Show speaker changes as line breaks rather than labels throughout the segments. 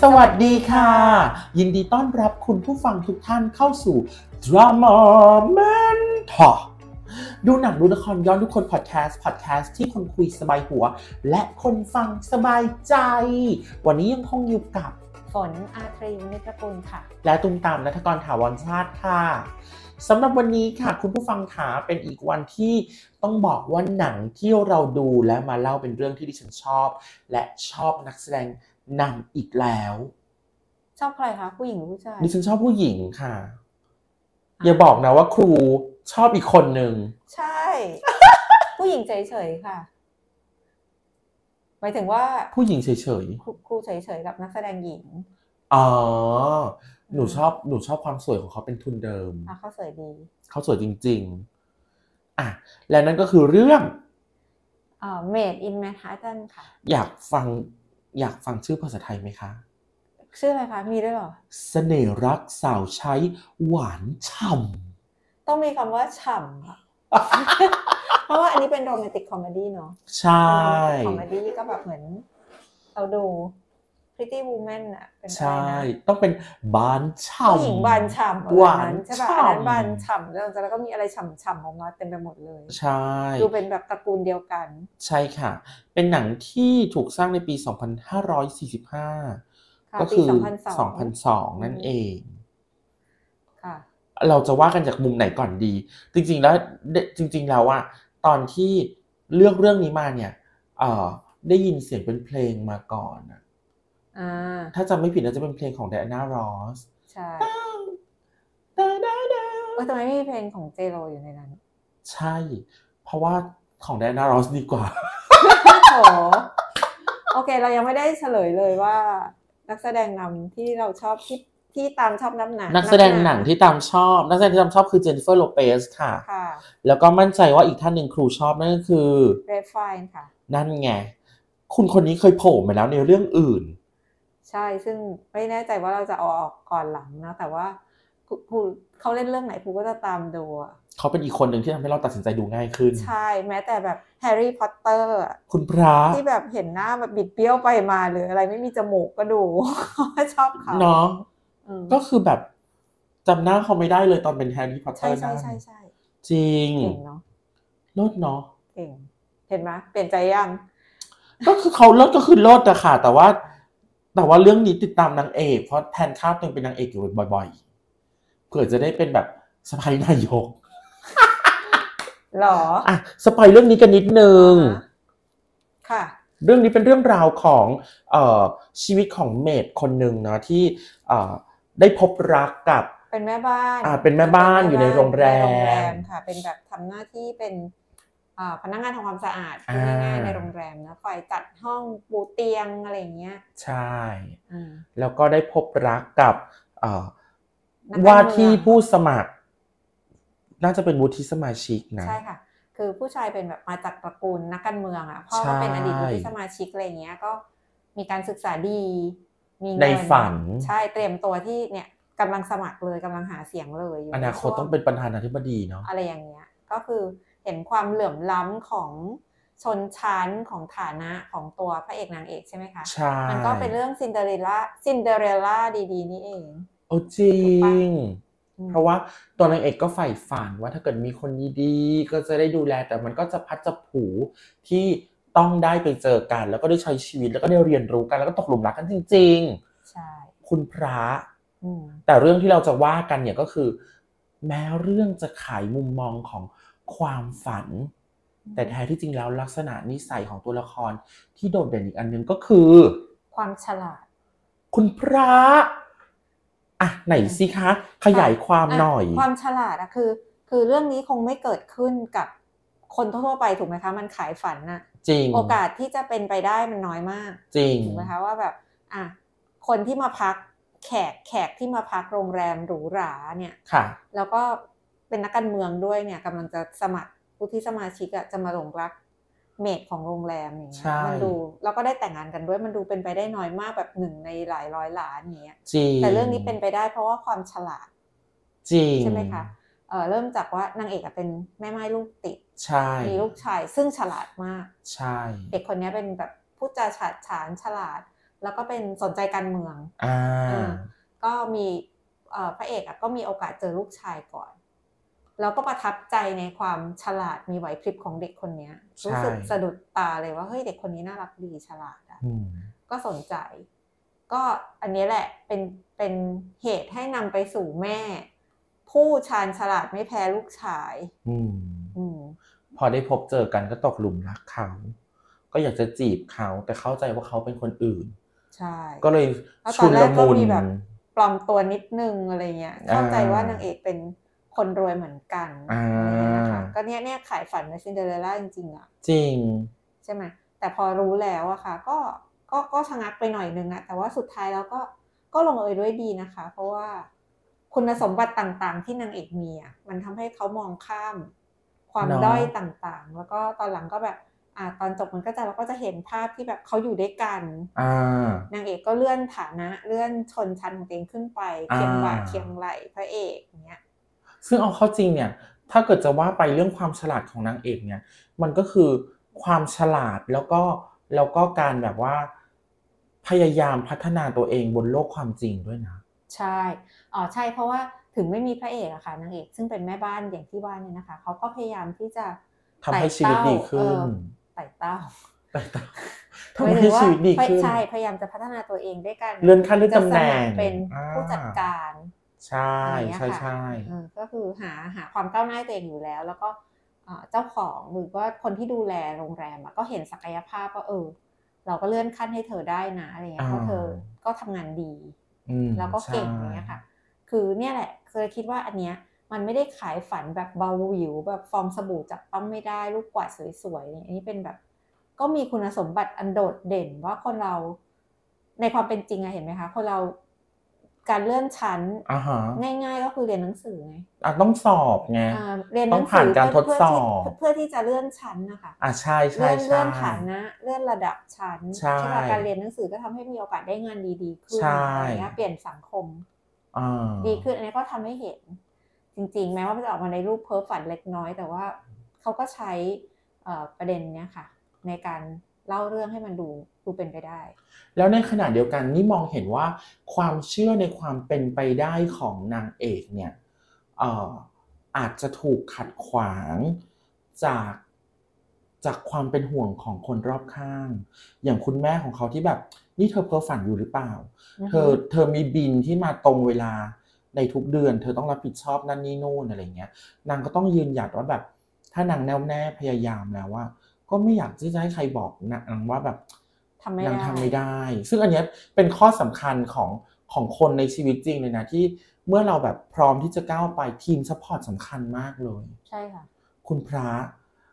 สวัสดีค่ะ ยินดีต้อนรับคุณผู้ฟังทุกท่านเข้าสู่ Drama Mentor ดูหนังดูละครย้อนทุกคนพอดแคสต์พอดแคสต์ที่คนคุยสบายหัว และคนฟังสบายใจ วันนี้ยังคงอยู่กับ
ฝนอาทรีนิตรกุลค่ะ
และตุมตามนัทกรถาวรชาติค่ะสำหรับวันนี้ค่ะ คุณผู้ฟังขาเป็นอีกวันที่ต้องบอกว่าหนังที่เราดูและมาเล่าเป็นเรื่องที่ดิฉันชอบ และชอบนักแสดงนำอีกแล้ว
ชอบใครคะ ผู้หญิงหรือผู้ชาย
ดิฉันชอบผู้หญิงค่ะ อย่าบอกนะว่าครูชอบอีกคนหนึ่ง
ใช่ ผู้หญิงเฉยๆค่ะ หมายถึงว่า
ผู้หญิงเฉย
ครูครูเฉยๆกับนักแสดงหญิง
ๆอ๋อหนูชอบหนูชอบความสวยของเขาเป็นทุนเดิม
อ่ะเขาสวยดี
เขาสวยจริง ๆอ่ะและนั่นก็คือเรื่อง
เอ่อเมดอินแมนฮัตตันค่ะ
อยากฟังอยากฟังชื่อภาษาไทยไหมคะ
ชื่ออะไรคะ มีด้วยเหรอ
เสน่ห์รักสาวใช้หวานฉ่
ต้องมีคำว่าฉ่ำอะ เพราะว่าอันนี้เป็นโรแมนติกคอมเมดี้เนาะ
ำใช่
คอมเมดี้ก็แบบเหมือน เราดู Pretty Woman อะเป็นอะไร
ใช่
นะ
ต้องเป็นบานฉ่ำ
ผู้หญิงบานฉ่ำ
ห
อะไร
วาน
นั้นใช่ป่ะ
ฉ่ำ
อันนั้นบานฉ่ำแล้วจากนั้นก็มีอะไรฉ่ำๆออกมาเต็มไปหมดเลย
ใช่
ดูเป็นแบบตระกูลเดียวกัน
ใช่ค่ะ เป็นหนังที่ถูกสร้างในปี 2545
ค่ะ
ก็
ปี
คือ
2002
2002 นั่น
อืม
เอง
ค่ะ
เราจะว่ากันจากมุมไหนก่อนดี จริงๆแล้วเดจริง ๆ แล้วอะตอนที่เลือกเรื่องนี้มาเนี่ยเอ่อได้ยินเสียงเป็นเพลงมาก่อนอะ
อ่า
ถ้าจำไม่ผิดน่าจะเป็นเพลงของไดอาน่ารอส
ใช่ เออทำไมไม่มีเพลงของเจโรอยู่ในนั้น
ใช่ เพราะว่าของแดนนารอสดีกว่า
โอ้โหโอเค เรายังไม่ได้เฉลยเลยว่า นักแสดงนำที่เราชอบที่ที่ตามชอบน้ำหนัก
นักแสดงหนังที่ตามชอบ นักแสดงที่ตามชอบคือเจนนิเฟอร์โลเปสค่ะ
ค่ะ
แล้วก็มั่นใจว่าอีกท่านหนึ่งครูชอบนั่นก็คือ
เรฟไฟน์ค่ะ
นั่นไง คุณคนนี้เคยโผล่มาแล้วในเรื่องอื่น
ใช่ ซึ่งไม่แน่ใจว่าเราจะเอาออกก่อนหลังนะ แต่ว่ากูกูเขาเล่นเรื่องไหนกูก็จะตามดูอะ
เขาเป็นอีกคนหนึ่งที่ทำให้เราตัดสินใจดูง่ายขึ้น
ใช่ แม้แต่แบบแฮร์รี่พอตเตอร์อะ
คุณพระ
ที่แบบเห็นหน้าแบบบิดเบี้ยวไปมาหรืออะไรไม่มีจมูกก็ดู ชอบเขา
เนาะ
อืม
ก็คือแบบจำหน้าเขาไม่ได้เลยตอนเป็นแฮร์รี่พอตเตอ
ใช่
ร์
ใช่ใช่ใช่
จริง
เก่งเนาะ
โลดเนาะ
เก่ง เห็นไหมเปลี่ยนใจยัง
ก็คือเขาลดก็คือลดอะค่ะ แต่ว่า แต่ว่าเรื่องนี้ติดตามนางเอก เพราะแทนข้าวตัวเองเป็นนางเอกอยู่บ่อยๆเผื่อจะได้เป็นแบบสไปนายก
หรอ
อ่ะสไปเรื่องนี้กันนิดนึง
ค่ะ
เรื่องนี้เป็นเรื่องราวของเอ่อชีวิตของเมดคนหนึ่งเนาะที่เอ่อได้พบรักกับ
เป็นแม่บ้าน
อ่าเป็นแม่บ้านอยู่ในโรงแรม
ในโรงแรมค่ะ เป็นแบบทำหน้าที่เป็นอ่าพนักงานทำความสะอาดพูด
อ่า
ง่ายๆในโรงแรมนะฝ่ายจัดห้องปูเตียงอะไรอย่างเงี้ย
ใช่
อืม
แล้วก็ได้พบรักกับเอ่อ
นักการเมือง
ว่าที่ผู้สมัคร น่าจะเป็นวุฒิสมาชิกนะ
ใช่ค่ะ คือผู้ชายเป็นแบบมาจากตระกูลนักการเมืองอ่ะพ่อ
ใช่
ก็เป็นอดีตวุฒิสมาชิกอะไรอย่างเงี้ยก็มีการศึกษาดี มีเงิ
ในฝัน
ใช่เตรียมตัวที่เนี่ยกำลังสมัครเลยกำลังหาเสียงเลยยู่
อนาคต
ใช่ว
ต้องเป็นประธานาธิบดีเนาะ
อะไรอย่างเงี้ย ก็คือเห็นความเหลื่อมล้ำของชนชั้นของฐานะของตัวพระเอกนางเอกใช่ไหมคะ
ใช่
มันก็เป็นเรื่องซินเดอเรลล่าซินเดอเรลล่าดีๆ นี่เอง
โอ้จริง
อืม
เพราะว่าตัวนางเอกก็ใฝ่ฝันว่าถ้าเกิดมีคนดีๆก็จะได้ดูแล แต่มันก็จะพัดจะผูที่ต้องได้ไปเจอกัน แล้วก็ได้ใช้ชีวิตแล้วก็ได้เรียนรู้กันแล้วก็ตกหลุมรักกันจริง
ใช่
ๆ คุณพระ
อืม
แต่เรื่องที่เราจะว่ากันเนี่ยก็คือ แม้เรื่องจะขายมุมมองของความฝัน
อืม
แต่แท้ที่จริงแล้วลักษณะนิสัยของตัวละครที่โดดเด่นอีกอันหนึงก็คือ
ความฉลาด
คุณพระ อ่ะ ไหนสิคะ ขยายความหน่อย
ะความฉลาดอะคือ คือเรื่องนี้คงไม่เกิดขึ้นกับคนทั่วๆไปถูกไหมคะ มันขายฝันน่ะ
จริง
โอกาสที่จะเป็นไปได้มันน้อยมาก
จริง
ถูกไหมคะว่าแบบอ่ะคนที่มาพักแขกแขกที่มาพักโรงแรมหรูหราเนี่ย
ค่ะ
แล้วก็เป็นนักการเมืองด้วยเนี่ยกำลังจะสมัครผู้ที่สมาชิกอะจะมาหลงรักเมดของโรงแรมอย่างเงี้
ใช่
ยมัดูแล้วก็ได้แต่งงานกันด้วยมันดูเป็นไปได้น้อยมากแบบหนึ่งในหลายร้อยล้านอย่างเงี้ย
จริง
แต่เรื่องนี้เป็นไปได้เพราะว่าความฉลาด
จริง
ใช่ไหมคะ เอ่อเริ่มจากว่านางเอกอะเป็นแม่ไม้ลูกติด
ใช่
มีลูกชาย ซึ่งฉลาดมาก
ใช่
เด็กคนเนี้ยเป็นแบบพูดจาฉาดฉานฉลาด แล้วก็เป็นสนใจการเมือง
อ่า
ก็มีเอ่อพระเอกอะก็มีโอกาสเจอลูกชายก่อน แล้วก็ประทับใจในความฉลาดมีไหวพริบของเด็กคนเนี้ย
ใช่
รู้สึกสะดุดตาเลยว่าเฮ้ยเด็กคนนี้น่ารักดีฉลาดอะ
อืม
ก็สนใจ ก็อันนี้แหละเป็นเป็นเหตุให้นำไปสู่แม่ ผู้ชาญฉลาดไม่แพ้ลูกชาย
อืม
อืม
พอได้พบเจอกันก็ตกหลุมรักเขา ก็อยากจะจีบเขาแต่เข้าใจว่าเขาเป็นคนอื่น
ใช่
ก็เลย
แล้วตอ
ชุ
น
น
แร
ละ
กก็
มุน
มีแบบปลอมตัวนิดนึงอะไรเงี้ยเข้าใจว่า
อ่าน
นางเอกเป็นคนรวยเหมือนกัน
อ่า
ะไรเงี้ยนะคะก็เนี้ยเนี่ยขายฝันในซินเดอเรลล่าจริงๆอะ
จริง
ใช่ไหมแต่พอรู้แล้วอะค่ะ ก็ก็ก็ชะงักไปหน่อยนึงอะแต่ว่าสุดท้ายแล้วก็ก็ลงเอยด้วยดีนะคะ เพราะว่าคุณสมบัติต่างๆ ที่นางเอกมีอะมันทำให้เขามองข้าม ความ
เนาะ
ด้อยต่างๆ แล้วก็ตอนหลังก็แบบอ่าตอนจบมันก็จะเราก็จะเห็นภาพที่แบบเขาอยู่ด้วยกัน
อ่า
นางเอกก็เลื่อนฐานะเลื่อนชนชั้นของตัวเองขึ้นไป
อ่า
เคียงบ่าเคียงไหลพระเอกอย่างเงี้ย
ซึ่งเอาเข้าจริงเนี่ย ถ้าเกิดจะว่าไปเรื่องความฉลาดของนางเอกเนี่ย มันก็คือความฉลาดแล้วก็แล้วก็การแบบว่า พยายามพัฒนาตัวเองบนโลกความจริงด้วยนะ
ใช่ อ๋อ ใช่ เพราะว่าถึงไม่มีพระเอกอะค่ะ นางเอก ซึ่งเป็นแม่บ้านอย่างที่ว่าเนี่ยนะคะ เขาก็พยายามที่จะ
ทำให้ชีวิตดีขึ้น
เออไต่เต้า
แต่แต่ ทำ
มาย
ให้
ถึงา
ชีวิตดีขึ้น
ใช่ พยายามจะพัฒนาตัวเองด้วยกัน
เลื่อนขั้นเลื่อนตำแหน่ง
จะสมัครเป็น
อ่า
ผู้จัดการ
ใช่
อย่างเงี้ย
ใช่
ค่ะ
ใช่
เออก็คือหาหาความก้าวหน้าให้ตัวเองอยู่แล้ว แล้วก็เอ่อเจ้าของหรือว่าคนที่ดูแลโรงแรมอะก็เห็นศักยภาพว่าเออ เราก็เลื่อนขั้นให้เธอได้นะอะไรเงี้ย เพราะเธอก็ทำงานดี
อืม
แล้วก็เก่งอย่างเนี้ยค่ะ คือเนี่ยแหละ เคยคิดว่าอันเนี้ยมันไม่ได้ขายฝันแบบเบาหวิว แบบฟองสบู่จับต้องไม่ได้ลูกกวาดสวยๆเนี่ยอันนี้เป็นแบบ ก็มีคุณสมบัติอันโดดเด่นว่าคนเราในความเป็นจริงอะเห็นไหมคะ คนเราการเลื่อนชั้น
อ่าฮะ
ง่าย ๆ ก็คือเรียนหนังสือไง
อ่ะต้องสอบไง
อ่าเรียนหนั
ต้อง ง
สื
ผ่านการทดสอบ
เพื่อที่เพื่อที่จะเลื่อนชั้นนะคะ
อ่ะใช่ใช่
เลื่อน
ใช่
เลื่อนฐานะเลื่อนระดับชั้น
ใช่
ไหมการเรียนหนังสือก็ทำให้มีโอกาสได้งานดีๆขึ้น
ใช่
อะไรเงี้ยเปลี่ยนสังคม
อ่า
ดีขึ้นอันนี้ก็ทำให้เห็น จริงๆ แม้ว่ามันจะออกมาในรูปเพ้อฝันเล็กน้อย แต่ว่าเขาก็ใช้เอ่อประเด็นเนี้ยค่ะ ในการเล่าเรื่องให้มันดูดูเป็นไปได้
แล้วในขณะเดียวกันนี่มองเห็นว่าความเชื่อในความเป็นไปได้ของนางเอกเนี่ยเอ่ออาจจะถูกขัดขวางจากจากความเป็นห่วงของคนรอบข้าง อย่างคุณแม่ของเขาที่แบบนี่เธอเพ้อฝันอยู่หรือเปล่า เธอเธอมีบินที่มาตรงเวลาในทุกเดือน เธอต้องรับผิดชอบนั่นนี่นู่นอะไรเงี้ย นางก็ต้องยืนหยัดว่าแบบ ถ้านางแน่วแน่พยายามแล้วว่า ก็ไม่อยากที่จะให้ใครบอกนางว่าแบบ
ทำไม่
นาง
ได้
ทำไม่ได้ ซึ่งอันเนี้ยเป็นข้อสำคัญของของคนในชีวิตจริงเลยนะที่เมื่อเราแบบพร้อมที่จะก้าวไปทีมซัพพอร์ตสำคัญมากเลย
ใช่ค่ะ
คุณพระ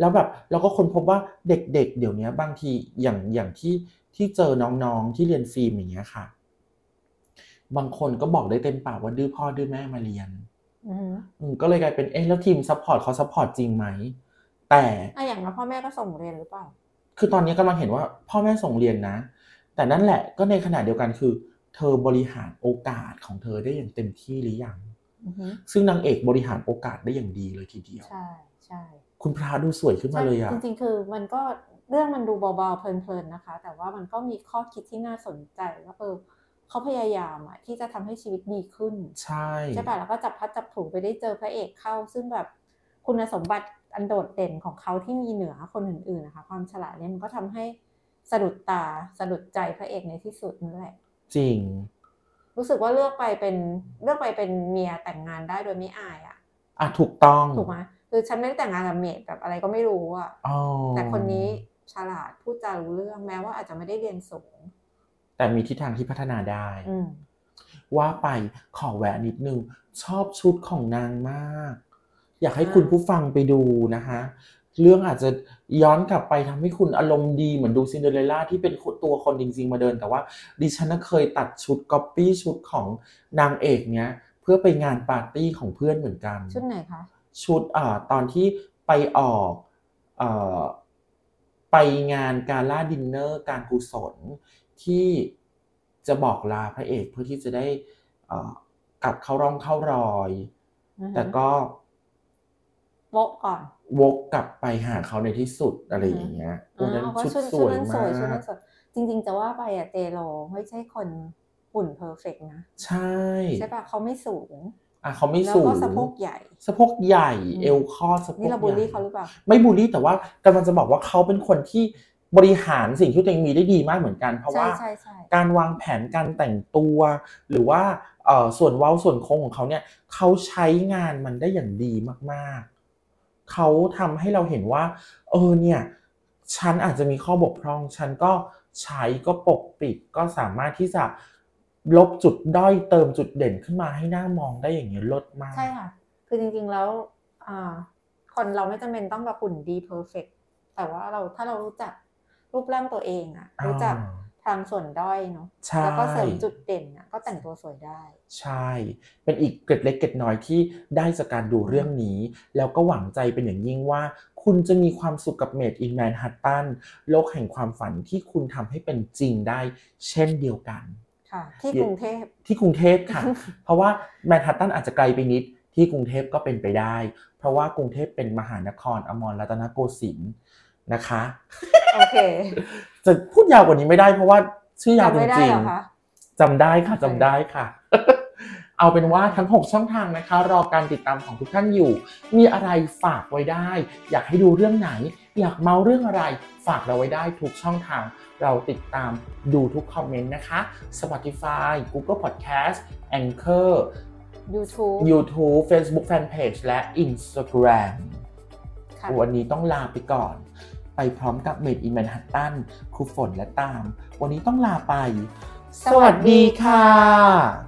แล้วแบบเราก็ค้นพบว่าเด็กๆ เดี๋ยวเนี้ยบางทีอย่างอย่างที่ที่เจอน้องๆที่เรียนฟิล์มอย่างเงี้ยค่ะ บางคนก็บอกได้เต็มปากว่าดื้อพ่อดื้อแม่มาเรียน
อือฮึ
อืมก็เลยกลายเป็นเอ๊ะแล้วทีมซัพพอร์ตเขาซัพพอร์ตจริงไหมแต่
อ่ะอย่างน้อยพ่อแม่ก็ส่งเรียนหรือเปล่า
คือตอนนี้กำลังเห็นว่าพ่อแม่ส่งเรียนนะ แต่นั่นแหละก็ในขณะเดียวกันคือ เธอบริหารโอกาสของเธอได้อย่างเต็มที่หรือยัง
อือฮึ
ซึ่งนางเอกบริหารโอกาสได้อย่างดีเลยทีเดียว
ใช่ใช่
คุณพระดูสวยขึ้นมาเลยอะ
จริงๆ คือมันก็เรื่องมันดูเบาๆ เพลินๆ นะคะ แต่ว่ามันก็มีข้อคิดที่น่าสนใจว่าเออเขาพยายามอะที่จะทำให้ชีวิตดีขึ้น
ใช่
ใช่ป่ะแล้วก็จับพลัดจับผลูไปได้เจอพระเอกเข้า ซึ่งแบบคุณสมบัติอันโดดเด่นของเขาที่มีเหนือคนอื่นๆนะคะ ความฉลาดเนี่ยมันก็ทำให้สะดุดตาสะดุดใจพระเอกในที่สุดนั่นแหละ
จริง
รู้สึกว่าเลือกไปเป็นเลือกไปเป็นเมียแต่งงานได้โดยไม่อายอะ่ะ
อ่ะถูกต้อง
ถูกไหมคือฉันไม่ได้แต่งงานกับเมดแบบอะไรก็ไม่รู้อะ่ะ
อ๋อ
แต่คนนี้ฉลาดพูดจารู้เรื่องแม้ว่าอาจจะไม่ได้เรียนสูง
แต่มีทิศทางที่พัฒนาได้
อืม
ว่าไปขอแวะนิดนึง ชอบชุดของนางมาก อยากให้คุณผู้ฟังไปดูนะคะ เรื่องอาจจะย้อนกลับไปทำให้คุณอารมณ์ดีเหมือนดูซินเดอเรลล่าที่เป็นตัวคนจริง ๆ มาเดิน แต่ว่าดิฉันน่ะเคยตัดชุดก๊อปปี้ชุดของนางเอกเนี้ย เพื่อไปงานปาร์ตี้ของเพื่อนเหมือนกัน
ชุดไหนคะ
ชุดเอ่อตอนที่ไปออกเอ่อไปงานการล่าดินเนอร์การกุศลที่จะบอกลาพระเอกเพื่อที่จะได้เอ่อกลับเข้าร่องเข้ารอย
อือฮึ
แต่ก็
โบะก่อน
วกกลับไปหาเขาในที่สุดอะไรอย่างเงี้ย
อ๋อ
นั้น
เพราะ
ชุด
ชุด
ส
ชุด
วย
นั้นส
มา
วยชุด
ก
นั้นสวย จริงๆจะว่าไปอะเจโรไม่ใช่คนหุ่นเพอร์เฟกนะ
ใช่
ใช่ปะเขาไม่สูง
อ่ะเขาไม่
แล้ว
สูง
ก็สะโพกใหญ่
สะโพกใหญ่
อืม
เอวคอดสะโพก
นี่เรา
ให
บูล
ญ่
ลี่เขาหรือเปล่า
ไม่บูลลี่แต่ว่ากำลังจะบอกว่าเขาเป็นคนที่บริหารสิ่งที่ตัวเองมีได้ดีมากเหมือนกัน เพราะ
ใช่
ว่า
ใช่ใช่
การวางแผนการแต่งตัว หรือว่าเอ่อส่วนเว้าส่วนโค้งของเขาเนี่ยเขาใช้งานมันได้อย่างดีมากๆ เขาทำให้เราเห็นว่า เออเนี่ยฉันอาจจะมีข้อบกพร่องฉันก็ใช้ก็ปกปิดก็สามารถที่จะลบจุดด้อยเติมจุดเด่นขึ้นมาให้หน้ามองได้อย่างนี้ยลดมาก
ใช่ค่ะ คือจริงๆแล้วอ่าคนเราไม่จำเป็นต้องแบบหุ่นดีเพอร์เฟกแต่ว่าเราถ้าเรารู้จักรูปร่างตัวเองอะ
อ่ารู้
รู้จักทางส่วนด้อยเนาะ
ใช่
แล้วก็เสริมจุดเด่นอะก็แต่งตัวสวยได้
ใช่ เป็นอีกเกร็ดเล็กเกร็ดน้อยที่ได้จากการดูเรื่องนี้ แล้วก็หวังใจเป็นอย่างยิ่งว่า คุณจะมีความสุขกับเมดอินแมนฮัตตันโลกแห่งความฝันที่คุณทำให้เป็นจริงได้ เช่นเดียวกัน
ค่ะ ที่
เดี๋
ก
ยว
รุงเทพ
ที่กรุงเทพค่ะ เพราะว่าแมนฮัตตันอาจจะไกลไปนิด ที่กรุงเทพก็เป็นไปได้ เพราะว่ากรุงเทพเป็นมหานครอมรรัตนโกสินทร์นะคะ
โอเค
จะพูดยาวกว่านี้ไม่ได้เพราะว่าชื่อยาวจ
จำไม่ได้
ริง
เหรอคะ
ๆจำได้ค่ะจำได้ค่ะ เอาเป็นว่าทั้ง 6 ช่องทางนะคะ รอการติดตามของทุกท่านอยู่ มีอะไรฝากไว้ได้ อยากให้ดูเรื่องไหน อยากเมาเรื่องอะไร ฝากเราไว้ได้ทุกช่องทาง เราติดตามดูทุกคอมเมนต์นะคะ Spotify Google Podcast Anchor
YouTube
YouTube Facebook Fanpage และ Instagram
ค่ะ
วันนี้ต้องลาไปก่อน ไปพร้อมกับเมดอินแมนฮัตตันครูฝนและตาม วันนี้ต้องลาไป
สวัสดีค่
สวัสดีค่ะ